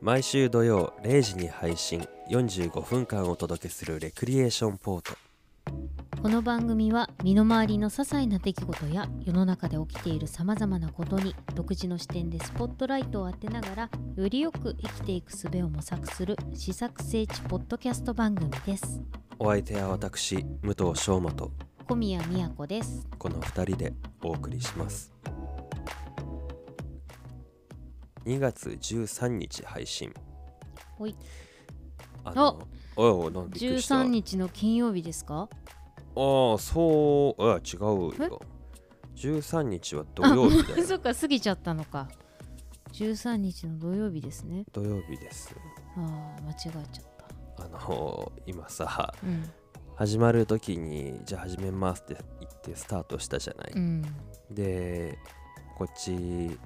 毎週土曜0時に配信45分間お届けするレクリエーションポートこの番組は身の回りの些細な出来事や世の中で起きているさまざまなことに独自の視点でスポットライトを当てながらよりよく生きていく術を模索する試作聖地ポッドキャスト番組ですお相手は私武藤翔馬と小宮宮子ですこの2人でお送りします2月13日配信ほいあのおいおいなんかびっくりした13日の金曜日ですかああそうあ違うよ13日は土曜日だあそよっか過ぎちゃったのか13日の土曜日ですね土曜日ですあー間違えちゃったあの今さうん始まる時にじゃあ始めますって言ってスタートしたじゃない、うんでこっち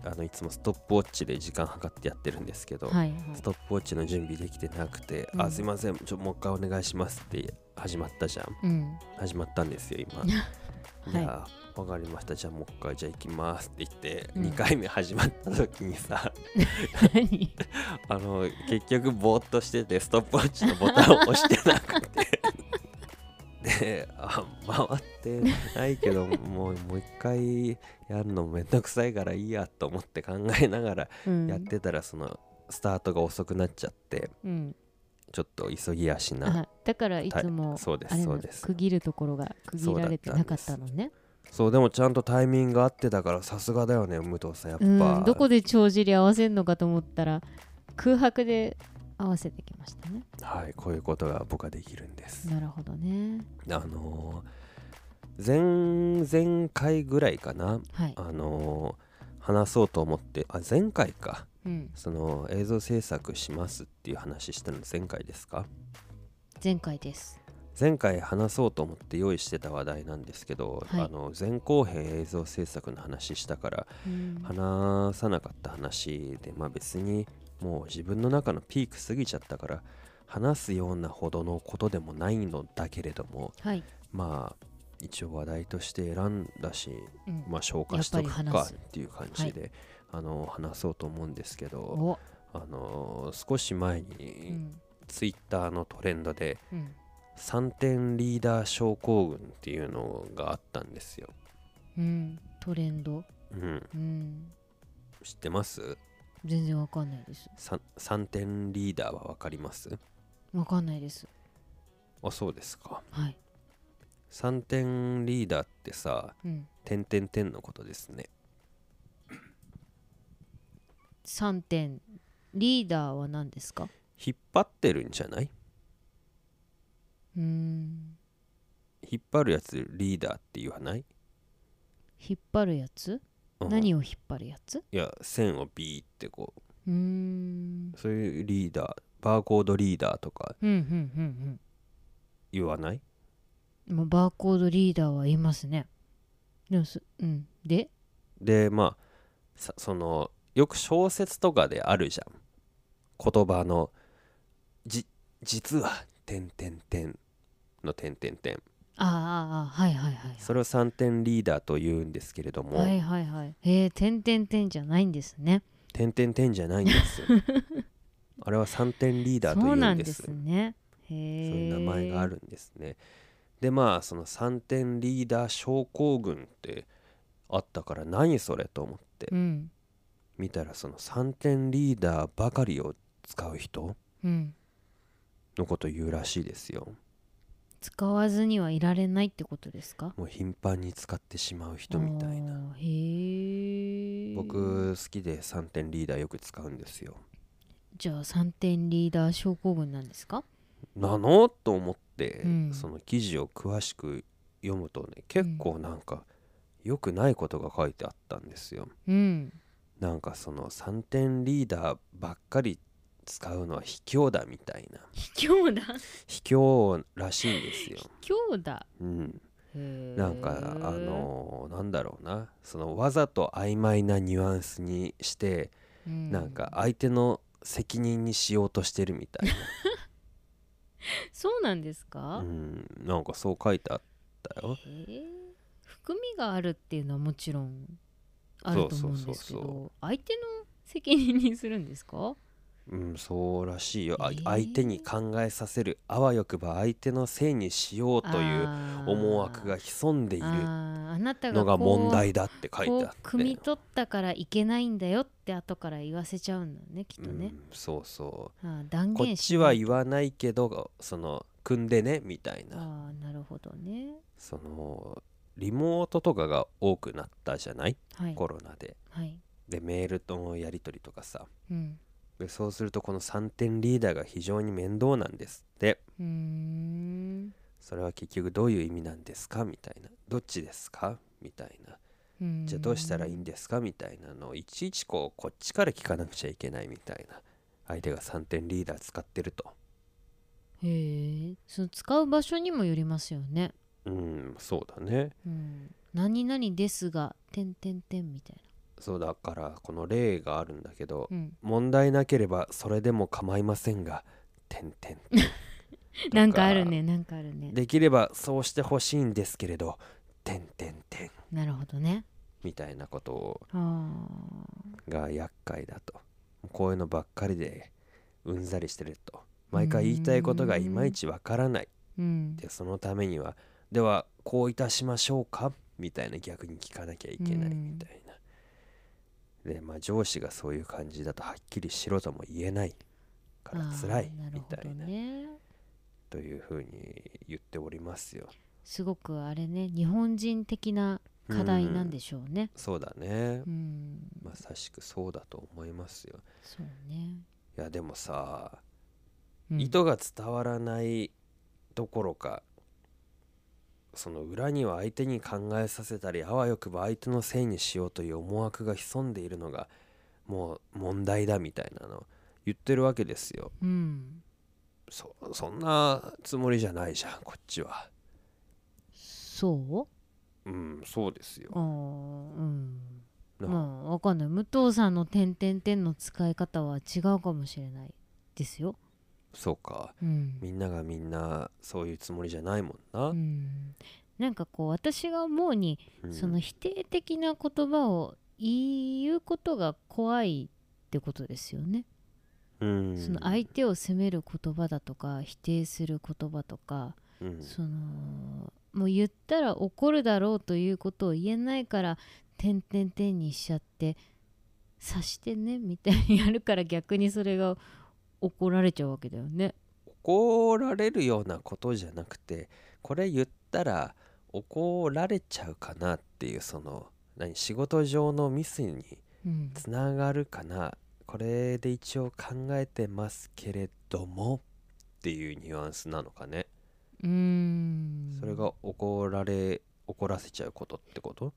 あのいつもストップウォッチで時間計ってやってるんですけど、はいはいストップウォッチの準備できてなくて「うあんすいませんちょもう一回お願いします」って始まったじゃんうん始まったんですよ今 はいいやわかりましたじゃあもう一回じゃあ行きますって言って、うん2回目始まった時にさ何 あの結局ぼーっとしててストップウォッチのボタンを押してなくて であ回ってないけどもうもう一回やるのめんどくさいからいいやと思って考えながらうんやってたらそのスタートが遅くなっちゃってうんちょっと急ぎ足なあだからいつもそうであすれそもうです区切るところが区切られてなかったのねそうでもちゃんとタイミング合ってたからさすがだよね武藤さんやっぱ、うんどこで帳尻合わせるのかと思ったら空白で合わせてきましたねはいこういうことが僕はできるんです、なるほどねあのー前前回ぐらいかなはいあのー話そうと思ってあ前回かうんその映像制作しますっていう話したの前回ですか前回です前回話そうと思って用意してた話題なんですけど、はいあの前後編映像制作の話したからうん話さなかった話でまあ別にもう自分の中のピーク過ぎちゃったから話すようなほどのことでもないのだけれどもはいまあ一応話題として選んだし、うんまあ、消化しとやっぱくりか話っすていう感じで、あの話そうと思うんですけどおあの少し前うにんツイッターのトレンドで、うん3点リーダー症候群っていうのがあったんですよ。うんトレンドうん、うん知ってます全然わかんないです 3, 3点リーダーは分かりますわかんないですあそうですか。はい3点リーダーってさうん点点点のことですね。 3点リーダーは何ですか引っ張ってるんじゃないうーん引っ張るやつリーダーって言わない、引っ張るやつうん何いを引っ張るやつや線をビーってこうーんうそういうリーダーバーコードリーダーとかうんうんうん言わないうんまあバーコードリーダーはいますねでもすうんででまあさそのよく小説とかであるじゃん言葉の「じ実は」点点点の点点点ああああはいはいはいそれを3点リーダーと言うんですけれども、はいはいはいへえ点点点じゃないんですね点点点じゃないんです よあれは3点リーダーとそ言うなうんんでですすねへそうえいう名前があるんですねでまあその3点リーダー症候群ってあったから何それと思ってうん見たらその3点リーダーばかりを使う人うんのこと言うらしいですよ使わずにはいられないってことですかもう頻繁に使ってしまう人みたいなあーへえ僕好きで3点リーダーよく使うんですよじゃあ3点リーダー症候群なんですかなのと思って、うんその記事を詳しく読むとね結構なんか良くないことが書いてあったんですようんなんかその3点リーダーばっかり使うのは卑怯だみたいな卑怯だ卑怯らしいんですよ、卑怯だうん、ななんかあのなんだろうなそのわざと曖昧なニュアンスにしてなんか相手の責任にしようとしてるみたいそうなんですな、か、うん、なんかそう書いてあったよへえ含みがあるっていうのはもちろんあると思うんですけそうそうどそうそ相手の責任にするんですかうん、そうらしいよ、あえー相手に考えさせるあわよくば相手のせいにしようというあー思惑が潜んでいるあーあなたのががこう問題だって書いこてうあって、汲み取ったからいけないんだよって後から言わせちゃうんだよねきっとうね、ん、そうそうあー断こっ言しちは言わないけどその組んでねみたいなあーなるほどねそのリモートとかが多くなったじゃないはいコロナではいでメールとのやり取りとかさうんでそうするとこの3点リーダーが非常に面倒なんですってうーんそれは結局どういう意味なんですかみたいなどっちですかみたいなうんじゃあどうしたらいいんですかみたいなのをいちいちこうこっちから聞かなくちゃいけないみたいな相手が3点リーダー使ってるとへえその使う場所にもよりますよね、うんそうだねうん、何々ですが「てんてんてん」みたいそうだからこの例があるんだけどな、うん、問題なければそれでも構いませんが点々点と なんかあるねなんかあるねできればそうしてほしいんですけれど点々点なるほどねみたいなことをあが厄介だとこういうのばっかりでうんざりしてると毎回言いたいことがいまいちわからないーうんでそのためにはではこういたしましょうかみたいな逆に聞かなきゃいけないうんみたいな、でまあ上司がそういう感じだとはっきりしろとも言えないから辛いあーなるみほたいどなねというふうに言っておりますよすごくあれね日本人的な課題なんでしょうねそうだねうん、まさしくそうだと思いますよそうね、いやでもさうん意図が伝わらないどころかその裏には相手に考えさせたりあわよくば相手のせいにしようという思惑が潜んでいるのがもう問題だみたいなの言ってるわけですようんそそんなつもりじゃないじゃんこっちはそううんそうですよあーうんなまあわかんない武藤さんの「点点点」の使い方は違うかもしれないですよ。そうかうんみんながみんなそういうつもりじゃないもんうな、ん、なんかこう私が思うに、うんその否定的な言葉を言うことが怖いってことですよね。うんその相手を責める言葉だとか否定する言葉とか、うんそのもう言ったら怒るだろうということを言えないから「点点点」にしちゃって「察してね」みたいにやるから逆にそれが怒られちゃうわけだよね。怒られるようなことじゃなくてこれ言ったら怒られちゃうかなっていうその何仕事上のミスにうん、つながるかなこれで一応考えてますけれどもっていうニュアンスなのかねうーんそれが怒られ怒らせちゃうことってこと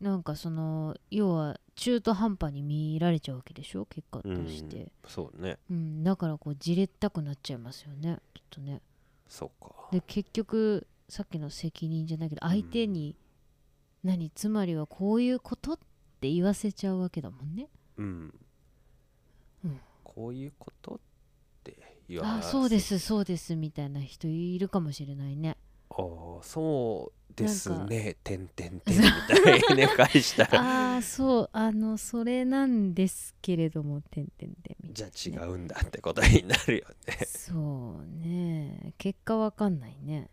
なんかその要は中途半端に見られちゃうわけでしょ結果として、そうねうんだからこうじれったくなっちゃいますよねきっとね。そうかで結局さっきの責任じゃないけどん相手に「何つまりはこういうこと?」って言わせちゃうわけだもんね。うん、うんこういうことって言わあせそうですそうですみたいな人いるかもしれないね。ああそうですなんかね、てんてんてんみたいにね返したら、 ああそうあのそれなんですけれどもてんてんてんみじたゃいなね、あ違うんだってことになるよ ね。そうね結果わかんないね。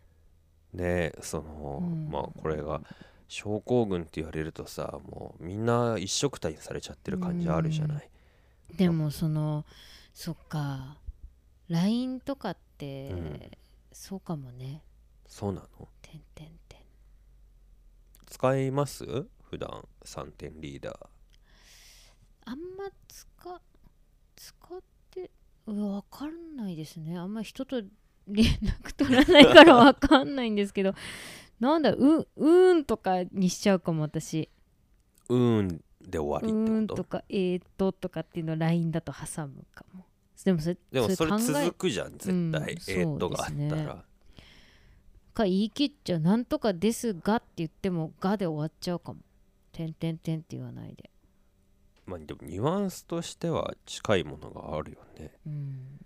ねその、うんまあこれが症候群って言われるとさもうみんな一緒くたにされちゃってる感じあるじゃない。でもそのそっか LINE とかって、うんそうかもねそうなのてんてんてん。使います普段3点リーダー。あんま使使ってうわわかんないですねあんま人と連絡取らない からわかんないんですけどなんだううーんとかにしちゃうかも私うーんでう終わりーっんてこととかえーっととかっていうのを LINE だと挟むかもでもそれでもそれ考え続くじゃん絶対、うんえーっとがあそっうですたねら。か言い切っちゃうなんとかですがって言ってもがで終わっちゃうかもてんてんてんって言わないでまあでもニュアンスとしては近いものがあるよね。うん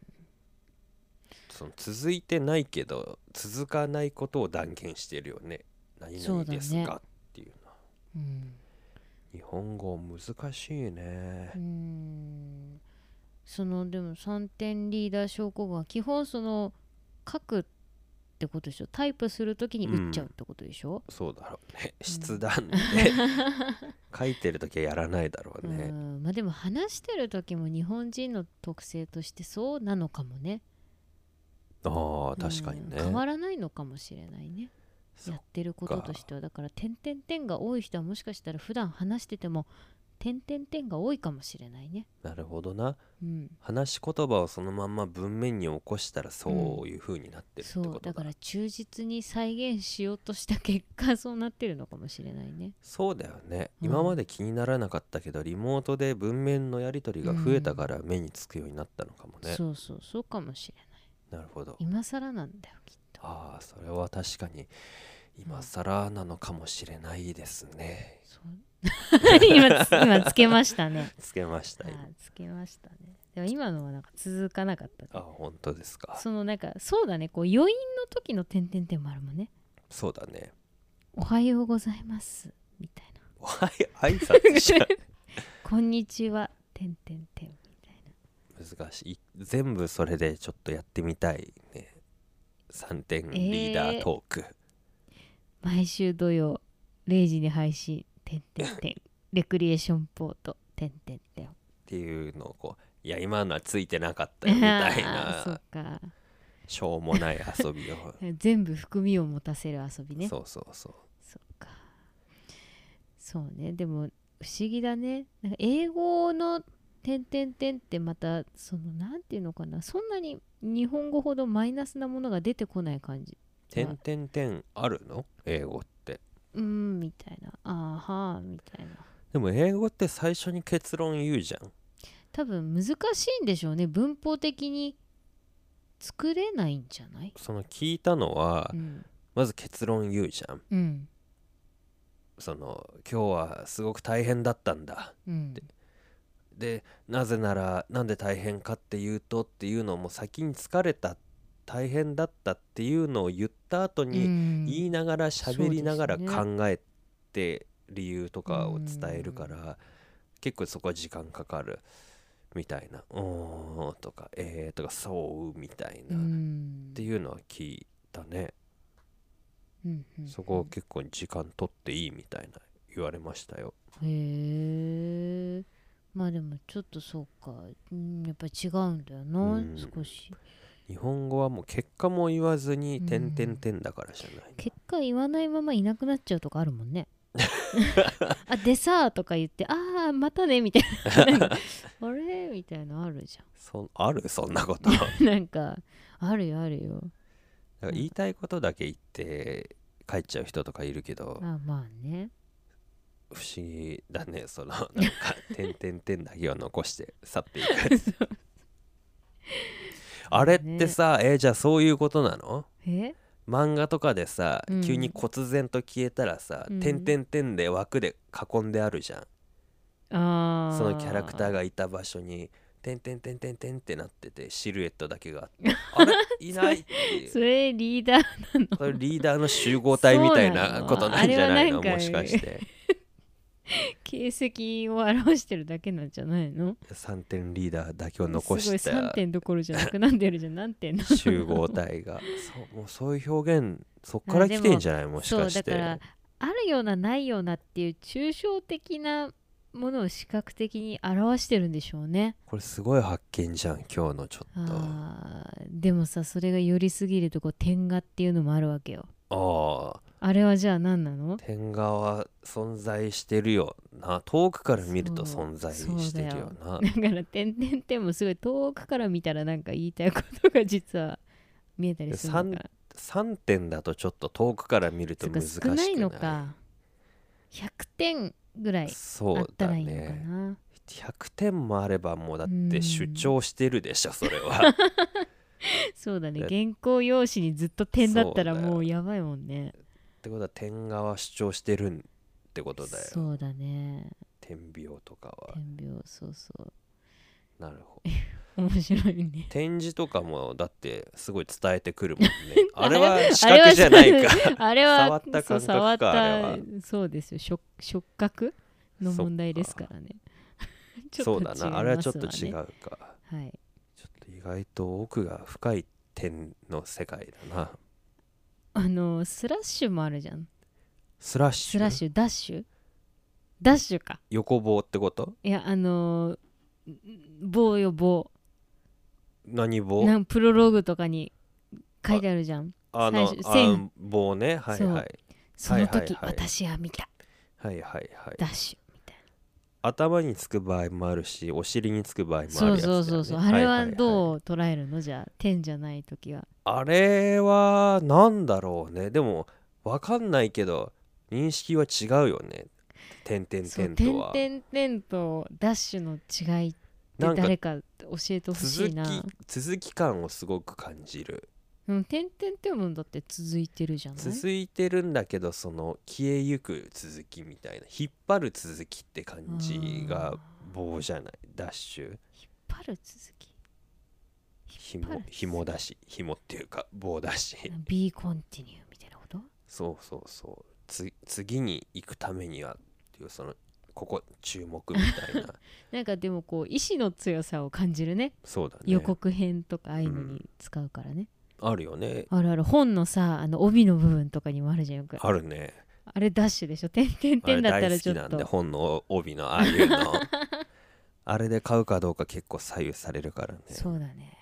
その続いてないけど続かないことを断言してるよね何そ々うだねですかっていうのはうん日本語難しいねうーんそのでも3点リーダー症候群は基本その書くってことでしょタイプするときに打っちゃうってことでしょ、そうだろうね筆 談で書いてる時はやらないだろううんねまあ、でも話してる時も日本人の特性としてそうなのかもねああ確かにねうん変わらないのかもしれないねそやうってることとしてはだから点々点が多い人はもしかしたら普段話してても点々点が多いかもしれないねなるほどなうん話し言葉をそのまんま文面に起こしたらそういう風になってるってそこうとだだから忠実に再現しようとした結果 そうなってるのかもしれないねそうだよね、うん今まで気にならなかったけどリモートで文面のやり取りが増えたから目につくようになったのかもね、そうそうそうかもしれないなるほど今更なんだよきっとああそれは確かに今更なのかもしれないですね そう今つ今つけましたねつけましたあ今ーつけましたねでも今のはなんか続かなかったねあ本当ですかそのなんかそうだねこう余韻の時の点々点もあるもんねそうだね おはようございますみたいなおはよう挨拶じゃこんにちは点々点みたいな難しい全部それでちょっとやってみたいね3点リーダートーク、毎週土曜0時に配信「てんてんてん」レクリエーションポート「てんてんてんっていうのをこういや今のはついてなかったよみたい あーそなうかしょうもない遊びを、全部含みを持たせる遊び ねそそうそうそううかそうねでも不思議だねなんか英語の「てんてんてん」ってまたそのなんていうのかなそんなに日本語ほどマイナスなものが出てこない感じ「点点点あるの英語ってうーんみたいなあーはーみたいなでも英語って最初に結論言うじゃん多分難しいんでしょうね文法的に作れないんじゃない、その聞いたのは、うんまず結論言うじゃんうんその今日はすごく大変だったんだうん、でなぜならなんで大変かっていうとっていうのも先に疲れた大変だったっていうのを言った後うにん言いながら喋りながらそうで考すえて理由とかを伝えるから結構そこは時間かかるみたいな「おー」とか「えー」とか「そう」みたいうなっんていうのは聞いたねうんうんそこ結構時間取っていいみたいな言われましたよへえまあでもちょっとそうか、うん、やっぱり違うんだよな、うん少し日本語はもう結果も言わずにう「ん点点点」だからじゃない結果言わないままいなくなっちゃうとかあるも んねあでさーとか言ってああまたねみたい なあれみたいなのあるじゃんそんあるそんなことだかなんかあるよあるよら言いたいことだけ言って帰っちゃう人とかいるけどまあまあ ね 不思議だねそのなんか「点点点」だけを残して去ってい くあれってさえーじゃあそういうことなのえ漫画とかでさ、うん急に忽然と消えたらさ「うん点点点」で枠で囲んであるじゃんあそのキャラクターががいた場所に「てんてんてんてんてん」ってなっててシルエットだけがあってあ れいないっていうそれリーダーそれリーダーの集合体みたいそうななのことなんじゃないのあれはなんかもしかして形跡を表してるだけなんじゃないの3点リーダーだけを残しすごい3た点どころじゃなくなってるじゃん何点なの集合体 がそうもうそういう表現そっから来てんじゃないもしそかうしだからてあるようなないようなっていう抽象的なものを視覚的に表してるんでしょうねこれすごい発見じゃん今日のちょっとああーでもさそれが寄りすぎるとこう点画っていうのもあるわけよああれはじゃあ何なの点画は存在してるよな遠くから見るとそう存在そうしてるだよよなだから点々点もすごい遠くから見たらなんか言いたいことが実は見えたりするのか3点だとちょっと遠くから見るとそっ難かしく少ないないのか100点ぐらいそあっうただらいいのかねな、 100点もあればもうだっうてん主張してるでしょそれ はそうだねだ原稿用紙にずっと点だったらそうだよもうやばいもんねってことは点側主張してるんってことだよそうだね点描とかは点描そうそうなるほど面白いね展示とかもだってすごい伝えてくる もんねあれあは視覚じゃない か あれは触った感覚かそう触ったあれそうですよ触触覚の問題ですからねちょっとそうだなあれはちょっと違違いうますわねかはいちょっと意外と奥が深い点の世界だなあのスラッシュもあるじゃんスラッシスュラッシュダッシュダッシュか横棒ってこといやあのー棒よ棒何棒なんプロローグとかに書いてあるじゃんあの最初あ線ん棒ねはいはいその時、はいはいはい私は見たはいはいはいダッシュみたい頭につく場合もあるしお尻につく場合もあるな、やつだそようねそうそうそう、いいいあれはどう捉えるのじゃあ点じゃない時はあれはなんだろうねでもわかんないけど認識は違うよね点点そう点とは点々点とダッシュの違いってなんか誰か教えてほし続いなき続き感をすごく感じるうん点々点もだって続いてるじゃない続いてるんだけどその消えゆく続きみたいな引っ張る続きって感じあがー棒じゃないダッシュ引っ張る続き引っ張紐る紐だし紐っていうか棒だし B コンティニューみたいなことそうそうそうつ次に行くためにはっていうそのここ注目みたい ななんかでもこう意志の強さを感じるねそうだね予告編とかああいうのに使うからね、あるよねあるある本のさあの帯の部分とかにもあるじゃんよくああるねれダッシュでしょ 点点あれ点だった大ら好ちょきっなんとで本の帯のああいう のあれで買うかどうか結構左右されるからねそうだね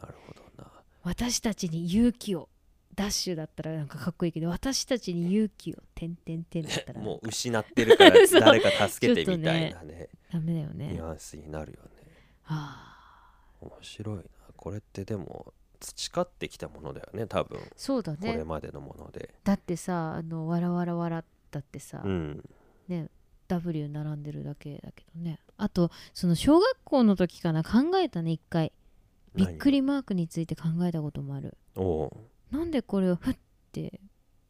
なるほどな私たちに勇気をダッシュだったらなんかかっこいいけど私たちに勇気を点点点だったらもう失ってるから そう誰か助けてみたいなねダメだよねニュアンスになるよねあ面白いなこれってでも培ってきたものだよね多分こーそうだねれまでのもので、だってさあのわらわらわらだってさ、うん、ね W 並んでるだけだけどねあとその小学校の時かな考えたね一回びっくりマークについて考えたこともある何おうなんでこれをふって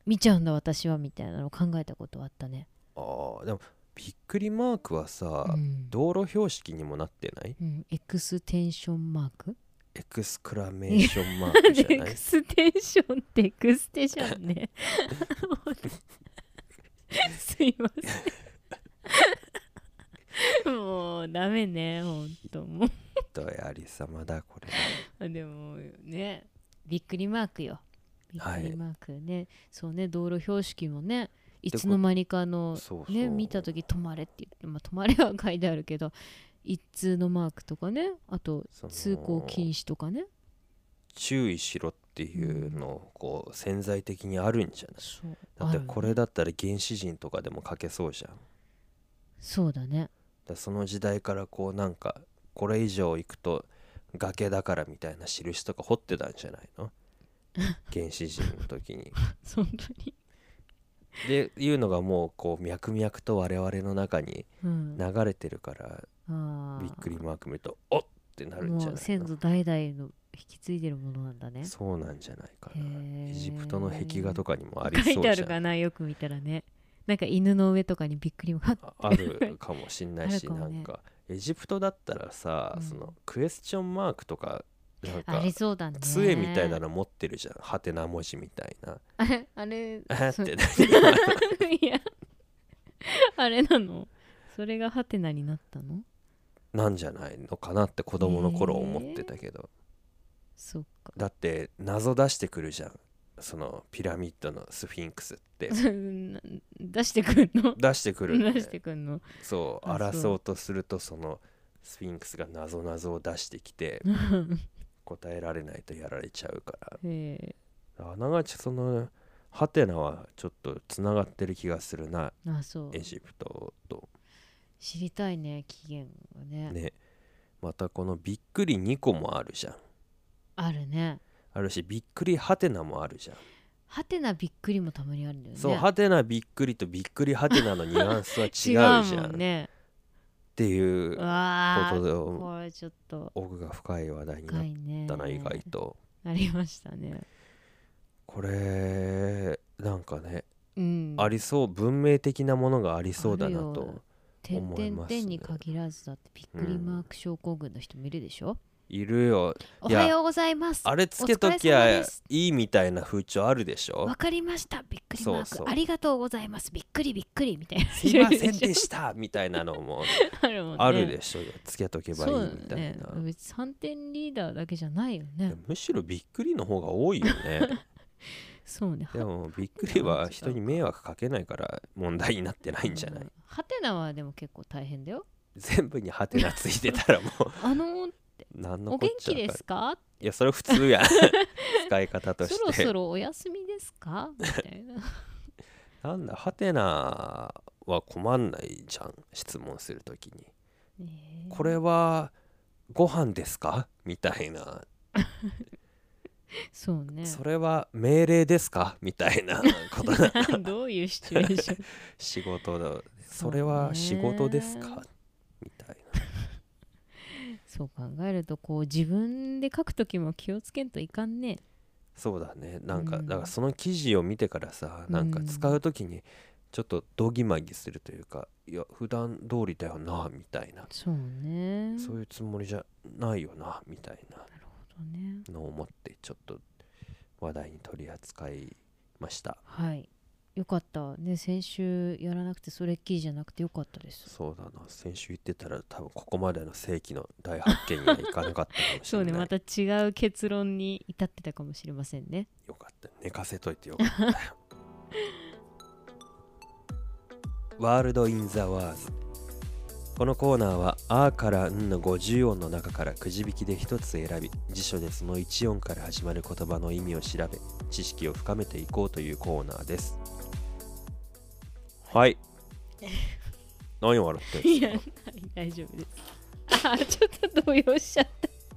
見ちゃうんだ私はみたいなのを考えたことはあったね、あーでもびっくりマークはさ、うん道路標識にもなってないうん、エクステンションマークエクスクラメーションマークじ エゃなクいステンションってエクステンション ねすいませんもうダメねほんともうどやりさまだこれあでもねびっくりマークよびっくりマークね、そうね道路標識もねいつの間にかあのそうそうね見た時「止まれ」って言って、まあ、止まれは書いてあるけど一通のマークとかねあとその通行禁止とかね注意しろっていうのをこう潜在的にあるんじゃないそうだってこれあるねだったら原始人とかでも書けそうじゃんだかそうだね らその時代からこうなんかこれ以上行くと崖だからみたいな印とか掘ってたんじゃないの原始人の時に本当に、でいうのがもうこう脈々と我々の中にうん、流れてるからあーびっくりマーク見るとおっってなるんじゃなもうい先の祖代々の引き継いでるものなんだねそうなんじゃないかへなーエジプトの壁画とかにもあり書そいうてじゃあんるかなよく見たらねなんか犬の上とかにびっくりマークああるかもしんない あし、るかなもねんかエジプトだったらさ、うんそのクエスチョンマークとかなんあかりそうだね杖みたいなの持ってるじゃんはてな文字みたいなあれあれ あっそていやあれなのそれがハテナになったのなんじゃないのかなって子供の頃思ってたけど、そうかだって謎出してくるじゃんそのピラミッドのスフィンクスって な出してくんの出してくるんだよ出してくんの そうあそう争おうとするとそのスフィンクスが謎謎を出してきて答えられないとやられちゃうからえあながちそのハテナはちょっとつながってる気がするなー、あそうエジプトと知りたいね期限がねねまたこのびっくり2個もあるじゃんあるねあるしびっくりハテナもあるじゃん、ハテナびっくりもたまにあるんだよねそうハテナびっくりとびっくりハテナのニュアンスは違うじ 違ゃんうもんねっていううこわとーでこれちょっと奥が深い話題にな深っいねたな意外とありましたねこれなんかねうんありそう文明的なものがありそうだなあるとよ点思いま々すね点に限らずだってびっくりマーク症候群の人もいるでしょ、いるよおいやはようございますあれつけときお疲れ様ゃですいいみたいな風潮あるでしょわかりましたびっくりマークそうそうありがとうございますびっくりびっくりみたいなすいませんでしたみたいなのも あるもんねあるでしょつけとけばいいそうみたいなだ、ね別に3点リーダーだけじゃないよねむしろびっくりの方が多いよね そうねでもびっくりは人に迷惑かけないから問題になってないんじゃないうんハテナはでも結構大 変だよ全部にハテナついてたらも うあの何のおこっ元ちゃ気わかんでないすかいやそれ普通 やん使い方としてそろそろお休みですかみたい ななんだハテナは困んないじゃん質問するときにねえこれはご飯ですかみたいなそうねそれは命令ですかみたいなことな どういうシチュエーション 仕事だそうねそれは仕事ですかみたいそう考えるとこう自分で書くときも気をつけんといかんねそうだねなんか、うんだからその記事を見てからさなんか使う時にちょっとどぎまぎするというかいや普段通りだよなみたいな、そうねそういうつもりじゃないよなみたいなるほどねなのを思ってちょっと話題に取り扱いましたはいよかったね先週やらなくてそれっきりじゃなくてよかったですそうだな先週言ってたら多分ここまでの世紀の大発見にはいかなかったかもし それうないねまた違う結論に至ってたかもしれませんねよかった寝かせといてよかったよ ワールド・イン・ザ・ワーズこのコーナーは「あ」から「ん」の50音の中からくじ引きで1つ選び辞書でその1音から始まる言葉の意味を調べ知識を深めていこうというコーナーですはい何笑ってん いすやかはい大丈夫です あちょっと動揺しちゃっ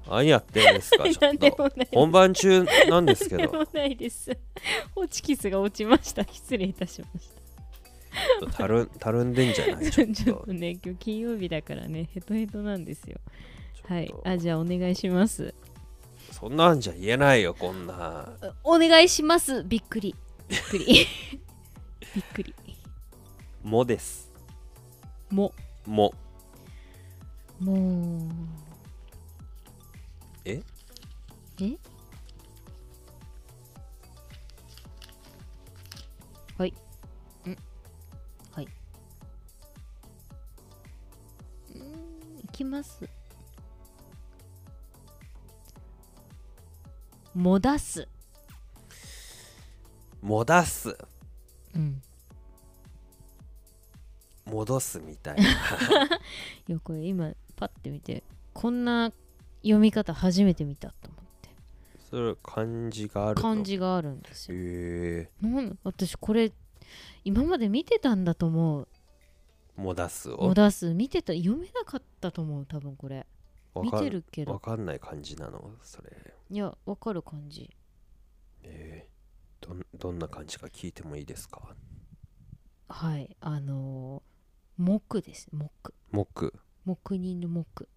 何やってんです かちたょなっんでともない本番中なんですけでどちょもないです。ホチキスが落ちました。失礼いたしましっとたるんたるんでんじゃないた。ちちょっょとっとね、今日金曜日だからね、ヘトヘトなんですよ。 はいちょっ。とあ、じゃあお願いします。そんなんじゃ言えないよこんなお願いします。びっくり。びっくり。 びっくり。 「も」ですも、 「ももう。ええはい。んはい。うーん、いきます。もだす。」 「戻す」うん。 「戻す」みたい ないや、これ今、パッて見て、こんな読み方初めて見たと思って。それ漢字があるの感じがあるんですよ。へえなん私これ今まで見てたんだと思う「戻すを」モダス見てた読めなかったと思う多分これわ見かてるけわどかんない漢字なのそれいやわかる感じえー、どんどんな漢字か聞いてもいいですかはいあのー、木です木「黙木人の木」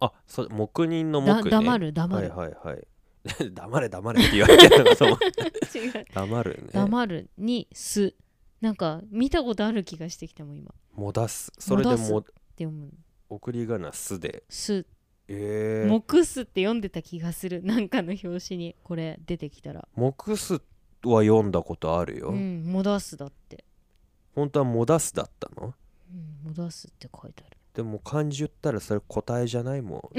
あそれ黙人のだ黙、ね、黙る黙はる、いはいはい 黙れ黙れって言われてるのかと思った違う黙るね黙るにすなんか見たことある気がしてきたもん今っ「戻す」それでも戻て読むの送り仮名「す」ですええー木すって読んでた気がするなんかの表紙にこれ出てきたら「黙す」は読んだことあるよ、うん戻すだって、本当は「もだす」だったのうん、戻すって書いてあるでも漢字言ったらそれ答えじゃないも ん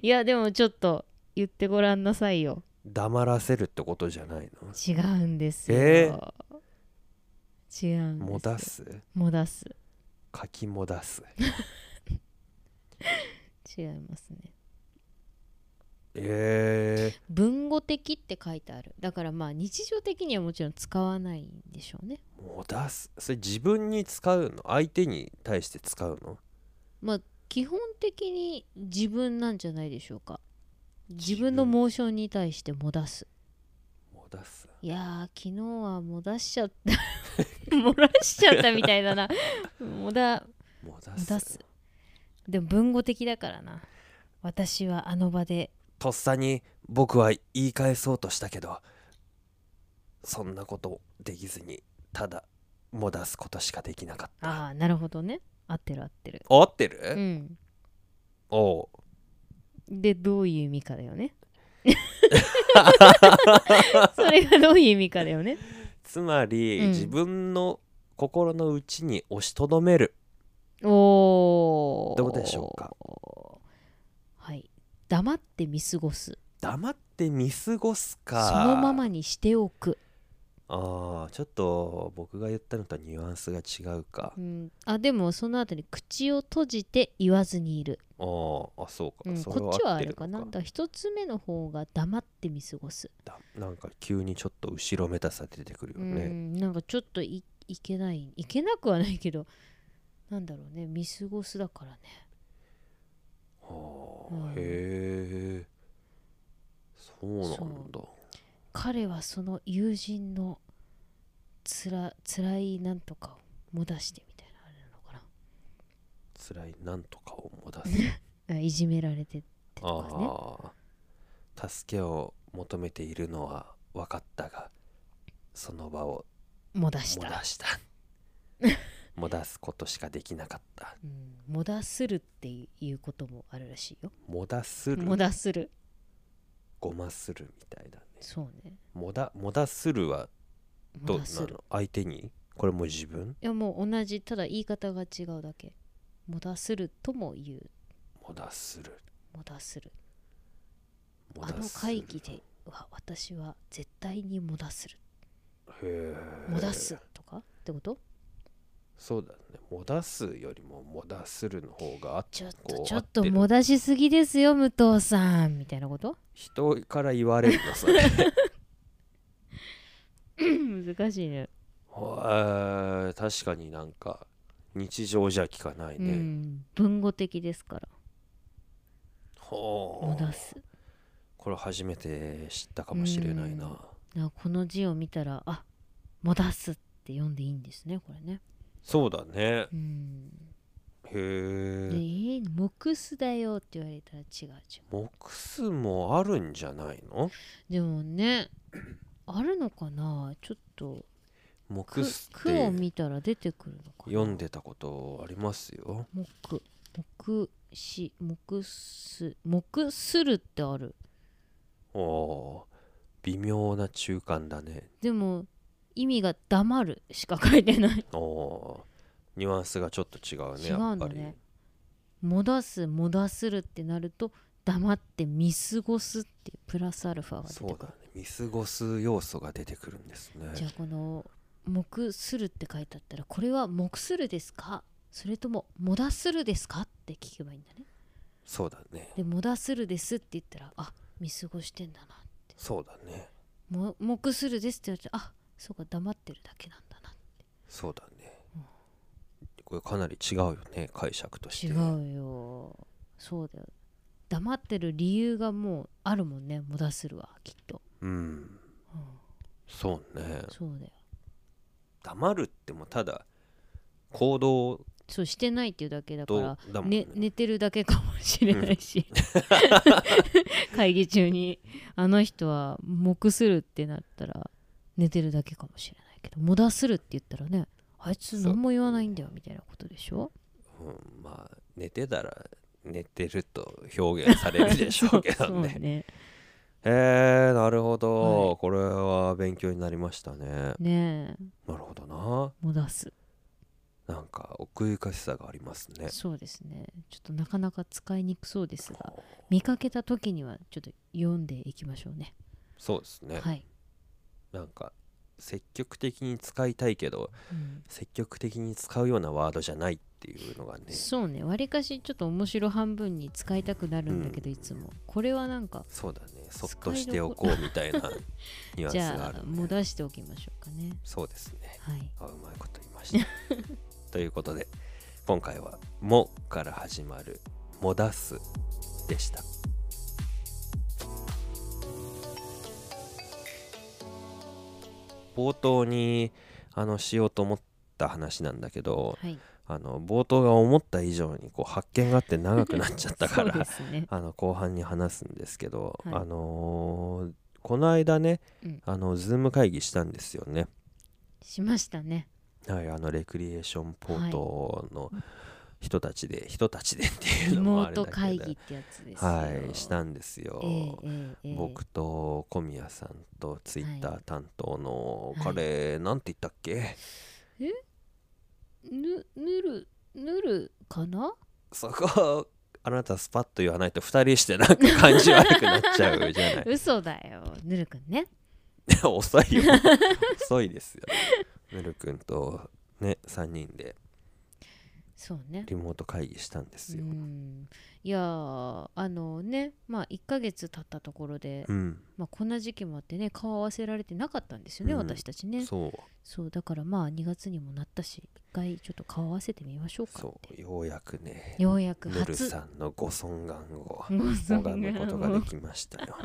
いやでもちょっと言ってごらんなさいよ黙らせるってことじゃない違うんですよ、え違うんのですもだすもだす書きもだす違いますねえ文語的って書いてあるだからまあ日常的にはもちろん使わないんでしょうねー、もだすそれ自分に使うの相手に対して使うのまあ基本的に自分なんじゃないでしょうか自分のモーションに対してもだすもだすいやー昨日はもだしちゃった 漏らしちゃったみたいだなもだもだもすだすでも文語的だからな私はあの場でとっさに僕は言い返そうとしたけどそんなことできずにただもだすことしかできなかったああなるほどね合ってる合ってる合ってうる、んおうでどういう意味かだ よねそれがどういう意味かだよねつまり、うん自分の心の内に押しとどめるおーどうでしょうかはい黙って見過ごす黙って見過ごすかそのままにしておく、あーちょっと僕が言ったのとはニュアンスが違うかう、ん、あでもその後に口を閉じて言わずにいる、あーあそうか、うん、それこっちは合あてれのかなだから一つ目の方が黙って見過ごす、だなんか急にちょっと後ろめたさ出てくるようね、んなんかちょっといいけないいけなくはないけどなんだろうね見過ごすだからねあーうんへえそうなんだ彼はその友人のつら辛いなんとかをもだしてみたいなあれなのか辛いなんとかを思い出すなあいじめられてってとかねああ助けを求めているのは分かったがその場をもだしもただ したもだすことしかできなかったうんもだするっていうこともあるらしいよもだするもだするごまするみたいだねそうねもだもだするはどうもだなするの相手にこれも自分いやもう同じただ言い方が違うだけもだするとも言うもだするもだするもあだのする会議では私は絶対にもだするへえもだすとかってことそうだねもだすよりももだするの方があちょっことうちょ合ってとるもだしすぎですよ武藤さんみたいなこと人から言われるのそ れ難しいねほえー確かになんか日常じゃ聞かないうね、ん文語的ですからほうもだすこれ初めて知ったかもしれないな、うんあこの字を見たらあもだすって読んでいいんですねこれねそうだねうんへでええー黙すだよって言われたら違う違うモクスもあるんじゃないのでもねあるのかなちょっとモク句スっ句をて見たら出てくるのかな読んでたことありますよ黙黙し黙す黙するってあるおー微妙な中間だねでも意味が黙るしか書いてないおーニュアンスがちょっと違うね違やうっんぱだり、ねもだすもだするってなると黙って見過ごすっていうプラスアルファが出てくそるうだね見過ごす要素が出てくるんですねじゃあこの「黙する」って書いてあったらこれは「黙する」ですかそれとも「もだする」ですかって聞けばいいんだねそうだねで「もだする」ですって言ったらあ見過ごしてんだなそうだねも「黙する」ですって言われてあそうか黙ってるだけなんだなそうだね、これかなり違うよね解釈として違うよそうだよ黙ってる理由がもうあるもんね「もだする」はきっと、うんうん、そうねそうだよ黙るってもただ行動そうしてないっていうだけだかとらだもんねね、寝てるだけかもしれない し、 会議中にあの人は黙するってなったら寝てるだけかもしれないけどもだするって言ったらねあいつ何も言わないんだよみたいなことでしょうん、まあ寝てたら寝てると表現されるでしょうけど そうねねへえー、なるほど、これは勉強になりましたねねえなるほどなもだすなんか奥ゆかしさがありますねそうですねちょっとなかなか使いにくそうですが見かけた時にはちょっと読んでいきましょうねそうですね、はい、なんか積極的に使いたいけどうん積極的に使うようなワードじゃないっていうのがねそうねわりかしちょっと面白半分に使いたくなるんだけど、いつもこれはなんかそうだねそっとしておこうみたいなニュアンスじがあゃる あねもう出しておきましょうかねそうですねはいあうまいこと言いました ということで今回は「も」から始まる「もだす」でした冒頭にあのしようと思った話なんだけどはいあの冒頭が思った以上にこう発見があって長くなっちゃったかそうでらすねあの後半に話すんですけど、はいあのーこの間ね、うんあのズーム会議したんですよね。しましたねはい、あのレクリエーションポートの、人たちで人たちでっていリうのもモあーれだトけど会議ってやつですよはいしたんですよ、ええええええ僕と小宮さんとツイッター担当のはい彼、なんて言ったっけぬぬるぬるかなそこあなたスパッと言わないと2人してなんか感じ悪くなっちゃうじゃない 嘘だよぬるくんね遅いよ遅いですよねるくんとね3人でそうねリモート会議したんですうよ、んいやーあのねまあ1ヶ月経ったところで、うん、まあ、こんな時期もあってね顔合わせられてなかったんですよね、うん私たちねそうそうだからまあ2月にもなったし一回ちょっと顔合わせてみましょうかそっうようやくねてようやくぬる初さんのご尊願をご尊拝むことが願をできましたよ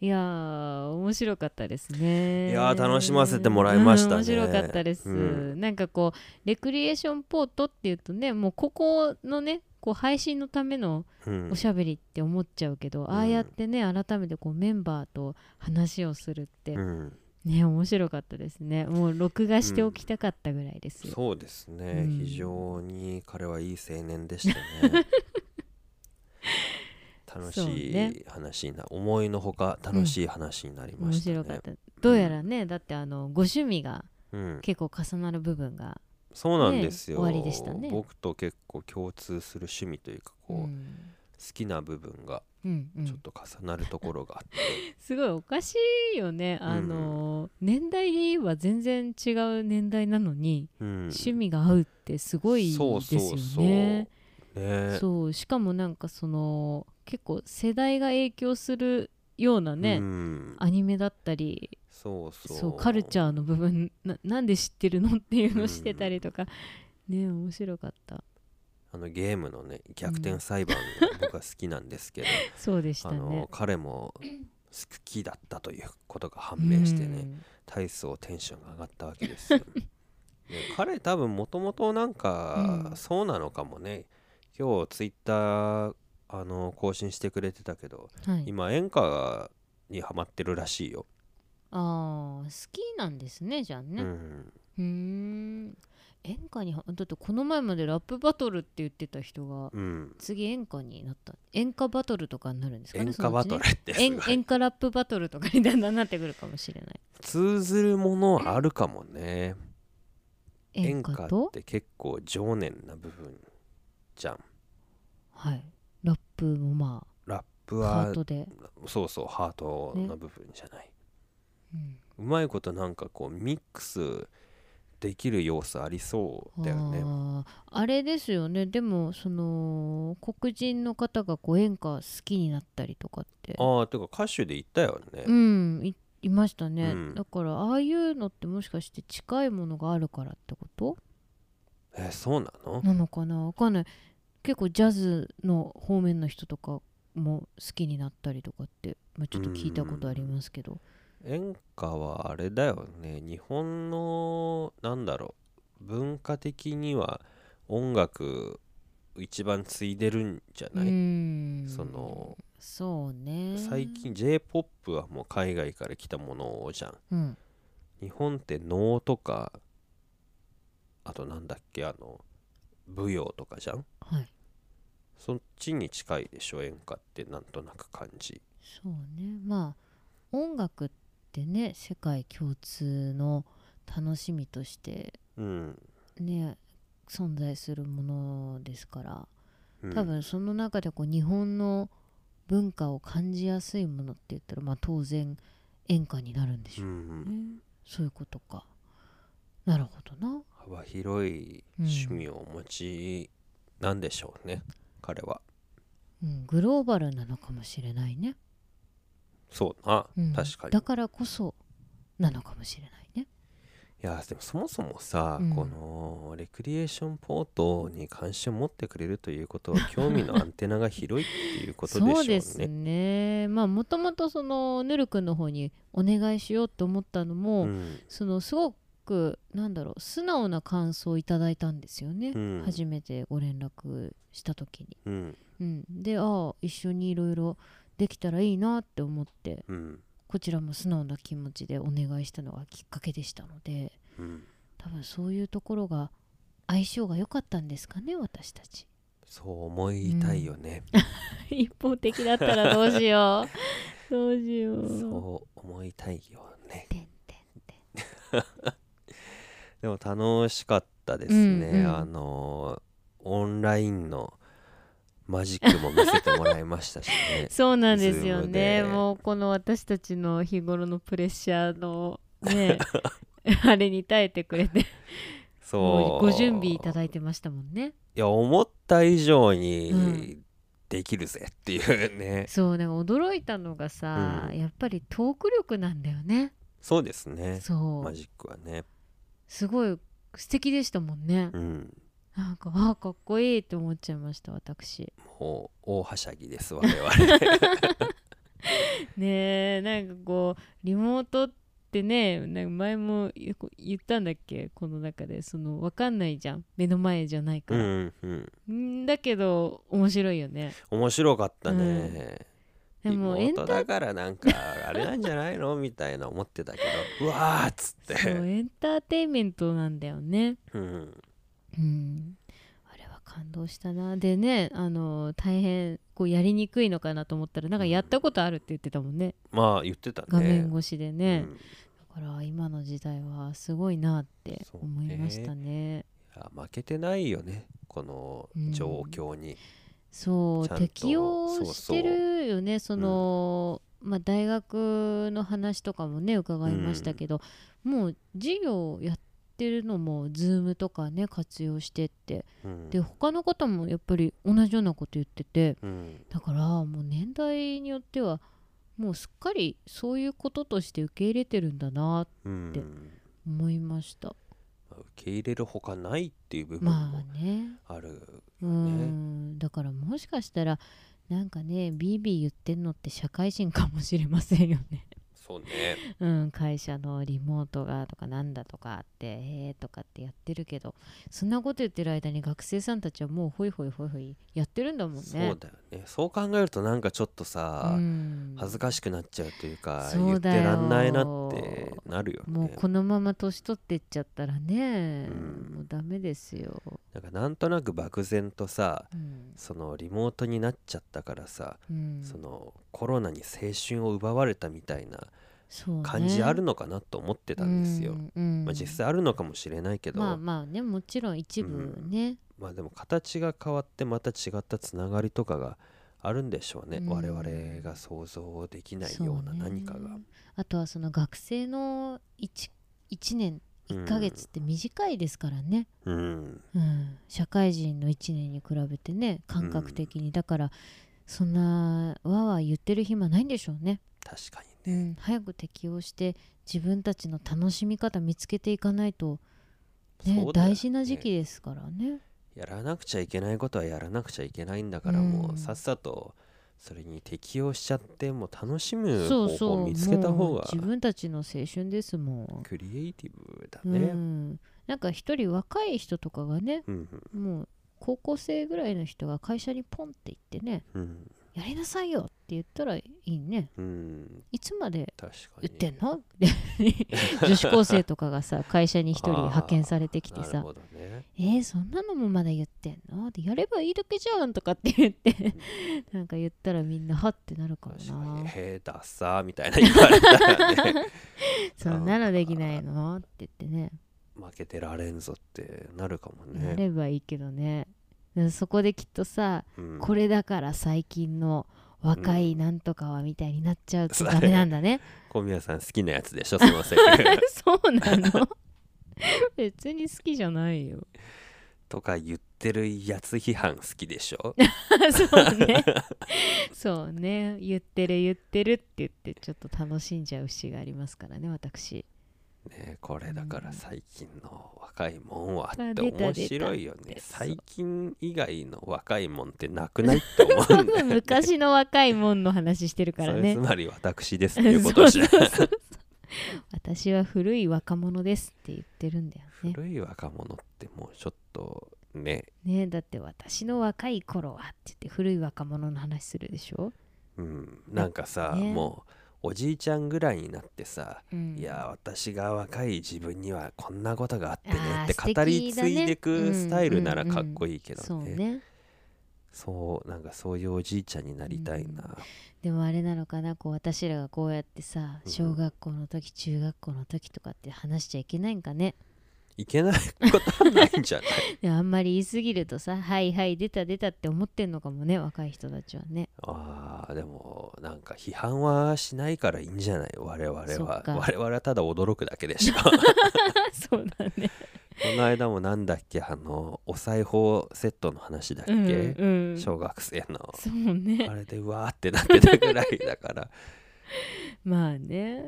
いやー面白かったですねいやー楽しませてもらいましたねうん面白かったです、うんなんかこうレクリエーションポートっていうとねもうここのねこう配信のためのうん おしゃべりって思っちゃうけど、ああやってね改めてこうメンバーと話をするって、うん、ね面白かったですねもう録画しておきたかったぐらいですよ、そうですね、うん非常に彼はいい青年でした ね楽そうしねい話にな、思いのほか楽しい話になりま面したね、白かったどうやらねだってあのご趣味がうん、結構重なる部分が、そうなんですよ、ね終わりでしたね僕と結構共通する趣味というかこうう、好んきな部分がうんうんちょっと重なるところがあって、すごいおかしいよねあの、年代で言えば全然違う年代なのに、うん趣味が合うってすごいですよねそうそうそうねそうしかもなんかその結構世代が影響するようなね、うんアニメだったりそうそそううカルチャーの部分ななんで知ってるのっていううのんしてたりとか、ね面白かったあのゲームのね逆転裁判が僕は好きなんですけど、そうでしたあのね彼も好きだったということが判明してうねん体操テンションが上がったわけ ですよ、ね、彼多分もともとなんかうんそうなのかもね今日ツイッターあの更新してくれてたけどはい、今演歌にハマってるらしいよ、あー好きなんですねじゃあね、うん、うーん演歌にはだってこの前までラップバトルって言ってた人がうん、次演歌になった演歌バトルとかになるんですかね演歌バトルそのうってちねす演ごい演歌ラップバトルとかにだんだんなってくるかもしれない通ずるものはあるかもね演演歌歌っとて結構情念な部分じゃんはいラップもまラップあハはートで、そうそうハートな部分じゃない、うんうまいことなんかこうミックスできる要素ありそうだよねあーあれですよねでもその黒人の方がこう演歌好きになったりとかってああてか歌手で言ったよね、うんいいましたね、うんだからああいうのってもしかして近いものがあるからってことえそうなのなのかなわかんない結構ジャズの方面の人とかも好きになったりとかって、まあ、ちょっと聞いたことありますけど演歌はあれだよね日本のなんだろう文化的には音楽一番継いでるんじゃうない、んそのそうね最近 j p o p はもう海外から来たものじゃんうん日本って能とかあとなんだっけあの舞踊とかじゃんはいそっちに近いでしょ演歌ってなんとなく感じそうねまあ音楽ってね世界共通の楽しみとしてうん、ね存在するものですからうん多分その中でこう日本の文化を感じやすいものって言ったら、まあ、当然演歌になるんでしうょうね、ん、そういうことかなるほどな幅広い趣味をお持ちなんでしょうね、彼はうん、グローバルなのかもしれないね、そうな、うん、確かにだからこそなのかもしれないねいやでもそもそもさ、うんこのレクリエーションポートに関心を持ってくれるということは興味のアンテナが広いっていうことでしょうねそうですねまあもともとそのぬるくんの方にお願いしようと思ったのも、うんそのすごくなんだろう素直な感想をいただいたんですよね、うん初めてご連絡した時に、うんうん、でああ一緒にいろいろできたらいいなって思ってうんこちらも素直な気持ちでお願いしたのがきっかけでしたのでうん多分そういうところが相性が良かったんですかね私たちそう思いたいよね、 一方的だったらどうしよ うどうしよそう思いたいよねてんてんてんでも楽しかったですね、うんうんあのオンラインのマジックも見せてもらいましたし ねそうなんですよ Zoom でねもうこの私たちの日頃のプレッシャーの ねあれに耐えてくれてもそううご準備いたいだいてましたもんねや思った以上うにんできるぜっていうね、そうなんか驚いたのがさ、うんやっぱりトーク力なんだよねそうですねそマうジックはねすごい素敵でしたもんね、うんなんかわあかっこいいって思っちゃいました私もう大はしゃぎです我 々ねえなんかこうリモートってねなんか前もよく言ったんだっけこの中でその分かんないじゃん目の前じゃないかうら、んうんんだけど面白いよね面白かったね、でもエン妹タだからなんかあれなんじゃないのみたいな思ってたけどうわーっつっそうてエンターテインメントなんだよねうんうんあれは感動したなでねあの大変こうやりにくいのかなと思ったらなんかやったことあるって言ってたもんねまあ言ってたね画面越しでね、うんいだから今の時代はすごいなってそうね思いましたね。や負けてないよねこの状況に、そうちゃんと適応そうそうしてるよねその、まあ、大学の話とかもね伺いましたけど、もう授業やってるのも Zoom とかね活用してってうんで他の方もやっぱり同じようなこと言っててうんだからもう年代によってはもうすっかりそういうこととして受け入れてるんだなとうんで思いました。まあ受け入れるほかないっていう部分まもあねある、うーんだからもしかしたらなんかねビービー言ってんのって社会人かもしれませんよね、 そうねうん、会社のリモートがとかなんだとかってえーとかってやってるけどそんなこと言ってる間に学生さんたちはもうホイホイホイホイやってるんだもんねそうだよねそう考えるとなんかちょっとさ、うん恥ずかしくなっちゃうというかそうだよ言ってらんないなってなるよねもうこのまま年取ってっちゃったらね、うんもうダメですよ、なんかなんとなく漠然とさうんそのリモートになっちゃったからさ、うんそのコロナに青春を奪われたみたいなそうね感じあるのかなと思ってたんですよ、うんうんまあ、実際あるのかもしれないけど、ままああ、まあねもちろん一部ね、でも形が変わってまた違ったつながりとかがあるんでしょうね、うん我々が想像できないようなそうね何かが。あとはその学生の 1, 1年うん1ヶ月って短いですからね、うん、うん社会人の1年に比べてね感覚的に、だからそんなわわ言ってる暇ないんでしょうね、確かにうね、ん、早く適応して自分たちの楽しみ方見つけていかないと、そねうだよね大事な時期ですからねやらなくちゃいけないことはやらなくちゃいけないんだから、うんもうさっさとそれに適応しちゃってもう楽しむそう方そ法うを見つけた方もうが自分たちの青春ですもクリエイティブだん、ね。ううんん、なんか一人若い人とかがねうんもう高校生ぐらいの人が会社にポンって行ってねうん「やりなさいよ」って言ったらいいねうん、いつまで確かに言ってんのって女子高生とかがさ会社に一人派遣されてきてなるさほどね「えー、そんなのもまだ言ってんの?」って「やればいいだけじゃん」とかって言って なんか言ったらみんな「は」ってなるから確かに「なへえダッサー」み たいな言われたらね「 そんなのできないの?」って言ってね負けてられんぞってなるかもやね、ればいいけどねそこできっとさうん、これだから最近の若いなんとかはみたいになっちゃうとうんダメなんだ ね。小宮さん好きなやつでしょそのせい そうな の別に好きじゃないよ。とか言ってるやつ批判好きでしょそうね。そうね。言ってる言ってるって言ってちょっと楽しんじゃう節がありますからね私。ねこれだから最近の若いもんはっあて出た面白いよ出たねそう最近以外の若いもんってなくないって思 うんだよ、ね、昔の若いもんの話してるからそれねつ。まり私ですっていうことじゃん私は古い若者ですって言ってるんだよ ね。古い若者ってもうちょっとねねだって私の若い頃はって言って古い若者の話するでしょ。うん、なんかさ、ねもうおじいちゃんぐらいになってさ、うんいや私が若い自分にはこんなことがあってねあーって語り素敵だ継ねいでうんうんくうんスタイルならかっこいいけどね,、そうねそうなんかそういうおじいちゃんになりたいな、でもあれなのかなこう私らがこうやってさうん小学校の時中学校の時とかって話しちゃいけないんかねいけないことはないんじゃない であんまり言いすぎるとさ「はいはい出た出た」って思ってんのかもね若い人たちは ねあーでもなんか批判はしないからいいんじゃない我々そっはか我々はただ驚くだけで しょこそうだねの間もなんだっけあのお裁縫セットの話だっけ、うんうん小学生のそうねあれでうわーってなってたぐらいだから まあね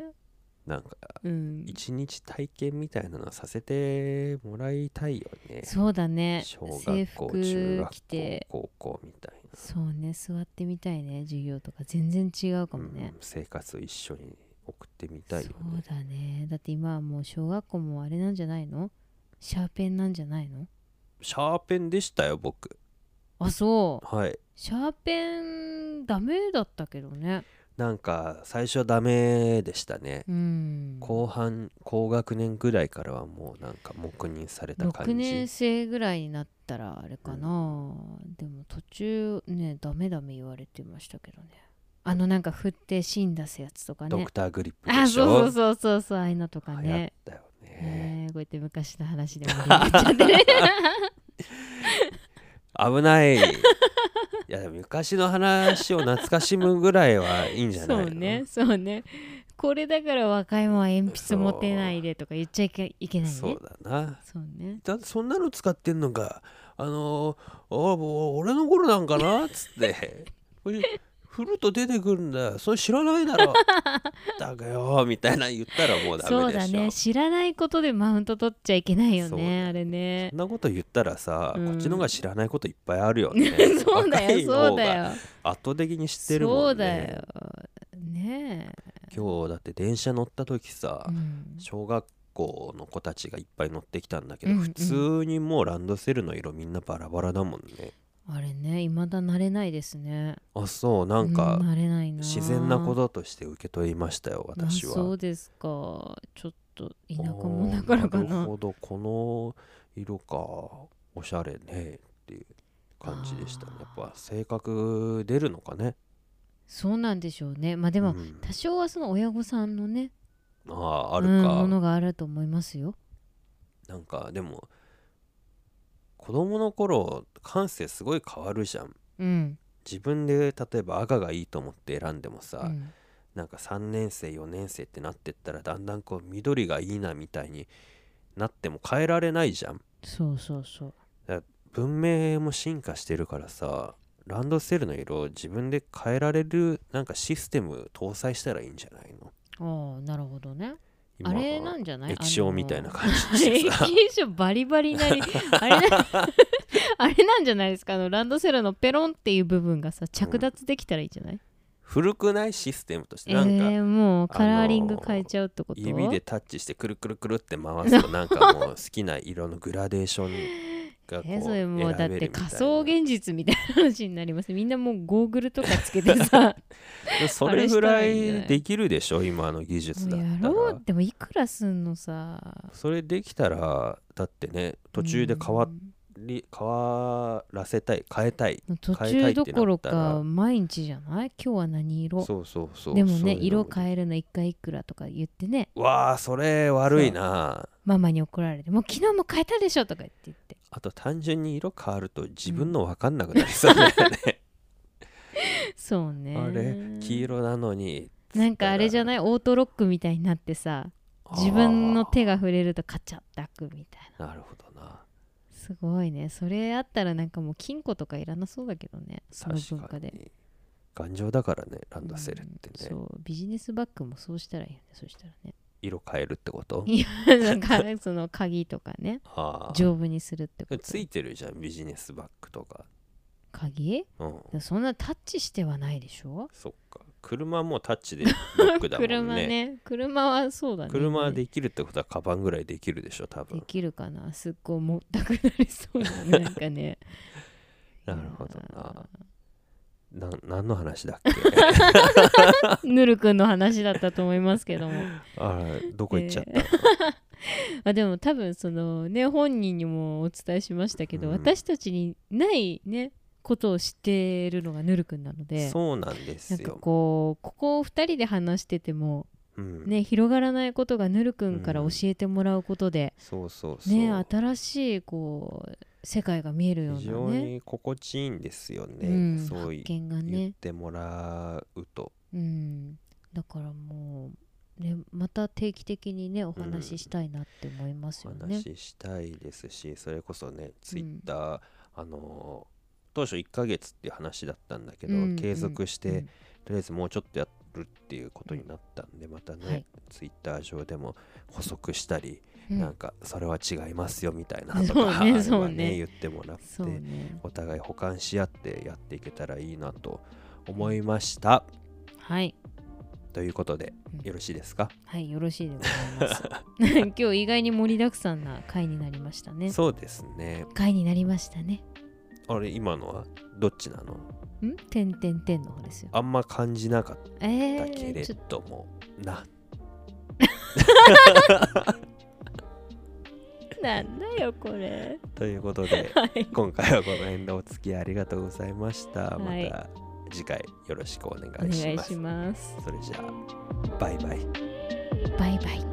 なんかうん一日体験みたいなのさせてもらいたいよねそうだね小学制校服中着学て校高校みたいなそうね座ってみたいね授業とか全然違うかもね、うん生活を一緒に送ってみたいよそうねだねだって今はもう小学校もあれなんじゃないのシャーペンなんじゃないのシャーペンでしたよ僕あそうはいシャーペンダメだったけどねなんか最初はダメでしたねうん後半高学年ぐらいからはもうなんか黙認された6感年じ生ぐらいになったらあれかな、でも途中ねダメダメ言われてましたけどねあのなんか振って芯出すやつとかドねクターグリップあでしょそうそうそうそうそうああいうのとか流行っねたよねえー、こうやって昔の話でもっちゃってね危ないい やでも昔の話を懐かしむぐらいはいいんじゃないそのうねそうねこれだから若いもんは鉛筆持てないでとか言っちゃいけいけないねそうだなそうねだってそんなの使ってんのかあのー、あもう俺の頃なんかなっつってこれ振ると出てくるんだよそれ知らないだろだがよみたいな言ったらもうダそうメでしょだね知らないことでマウント取っちゃいけないよそうだよねねあれねそんなこと言ったらさ、うんこっちの方が知らないこといっぱいあるよね そうだ若いよそう方だがよ圧倒的に知ってるもんねそうだよね今日だって電車乗った時さ、え、うん小学校の子たちがいっぱい乗ってきたんだけど、うんうん普通にもうランドセルの色みんなバラバラだもんねあれね未だ慣れないですねあそうなんかう慣れないな自然なこととして受け取りましたよ私あそはうですかちょっと田舎もだからかあーななるほどこの色かおしゃれねっていう感じでしたねあーやっぱ性格出るのかねそうなんでしょうねまあでも、うん多少はその親御さんのねあーあうんるか、ものがあると思いますよなんかでも子供の頃感性すごい変わるじゃんうん、自分で例えば赤がいいと思って選んでもさ、うんなんか3年生4年生ってなってったらだんだんこう緑がいいなみたいになっても変えられないじゃんそうそうそう文明も進化してるからさランドセルの色を自分で変えられるなんかシステム搭載したらいいんじゃないのああなるほどね今あれなんじゃない液晶みたいな感あのじで 液さ晶バリバリなりあれな あれなんじゃないですかあのランドセルのペロンっていう部分がさ着脱できたらいいんじゃない、 古くないシステムとしてえなんかー、もうカラーリング変えちゃうってこと、指でタッチしてくるくるくるって回 すとなんかもう好きな色のグラデーションがこえうーそれ選べもうだっるみてたいな仮想現実みたいな話になります みんなもうゴーグルとかつけて さそれぐらあれしたらいいんじゃないいできるでしょ今の技も術だうったやらろうでもいくらすんのさそれできたらだってね途中で変わうんり、変わらせたい変えたい途変えたい中ってなどったらころか毎日じゃない今日は何色そうそうそうでもね色え変えるの1回いくらとか言ってねわあそれ悪いなママに怒られて「もう昨日も変えたでしょ」とか言って 言ってあと単純に色変わると自分の分かんなくなりそうだよね、そうねあれ 黄色なのになんかあれじゃないオートロックみたいになってさ自分の手が触れるとカチャッて開くみたいなあーなるほどなすごいねそれあったらなんかもう金庫とかいらなそうだけどねその文確か化でに頑丈だからねランドセルってね、うんそうビジネスバッグもそうしたらいいよねそしたらね色変えるってことい やなんかその鍵とかねあー丈夫にするってことついてるじゃんビジネスバッグとか鍵うんそんなタッチしてはないでしょそっか車もタッチでロックだもんね 車ね車はそうだね車はできるってことはカバンぐらいできるでしょ多で分きるかなすっごい 重たくなりそうだねなんかね なるほどなな何の話だっけぬるくんの話だったと思いますけども あらどこ行っちゃった、あでも多分そのね本人にもお伝えしましたけど、うん私たちにないねことを知ってるのがぬるくんなのでそうなんでなんすかよ、こうここを2人で話しててもうん、ね広がらないことがぬるくんから教えてもらうことで、そうそうそう、ね新しいこう世界が見えるよう非な常ねに心地いいんですよね、うん、そうい発見が言っね、てもらうと、うん、だからもう、ね、また定期的にねお話ししたいなって思いますおよね。話ししたいですしそれこそねツイうんッター、あのー当初1ヶ月っていう話だったんだけど、うんうん継続して、うんとりあえずもうちょっとやるっていうことになったんでまたね、はいツイッター上でも補足したり、うんなんかそれは違いますよみたいなとそうねか、あ ればそうね言ってもらっそうて、ねお互い補完し合ってやっていけたらいいなと思いました。はい、ということでうんよろしいですか、はい、よろしいでございます。 今日意外に盛りだくさんな回になりましたね。そうですね回になりましたね。あれ今のはどっちなのんてんてんてんの方ですよ。あんま感じなかっえたけれー、ちょっども、なとなんだよこれ。ということではい、今回はこの辺でお付き合いありがとうございました、はいまた次回よろしくお願お願いしいますします。それじゃあバイバイバイバイ。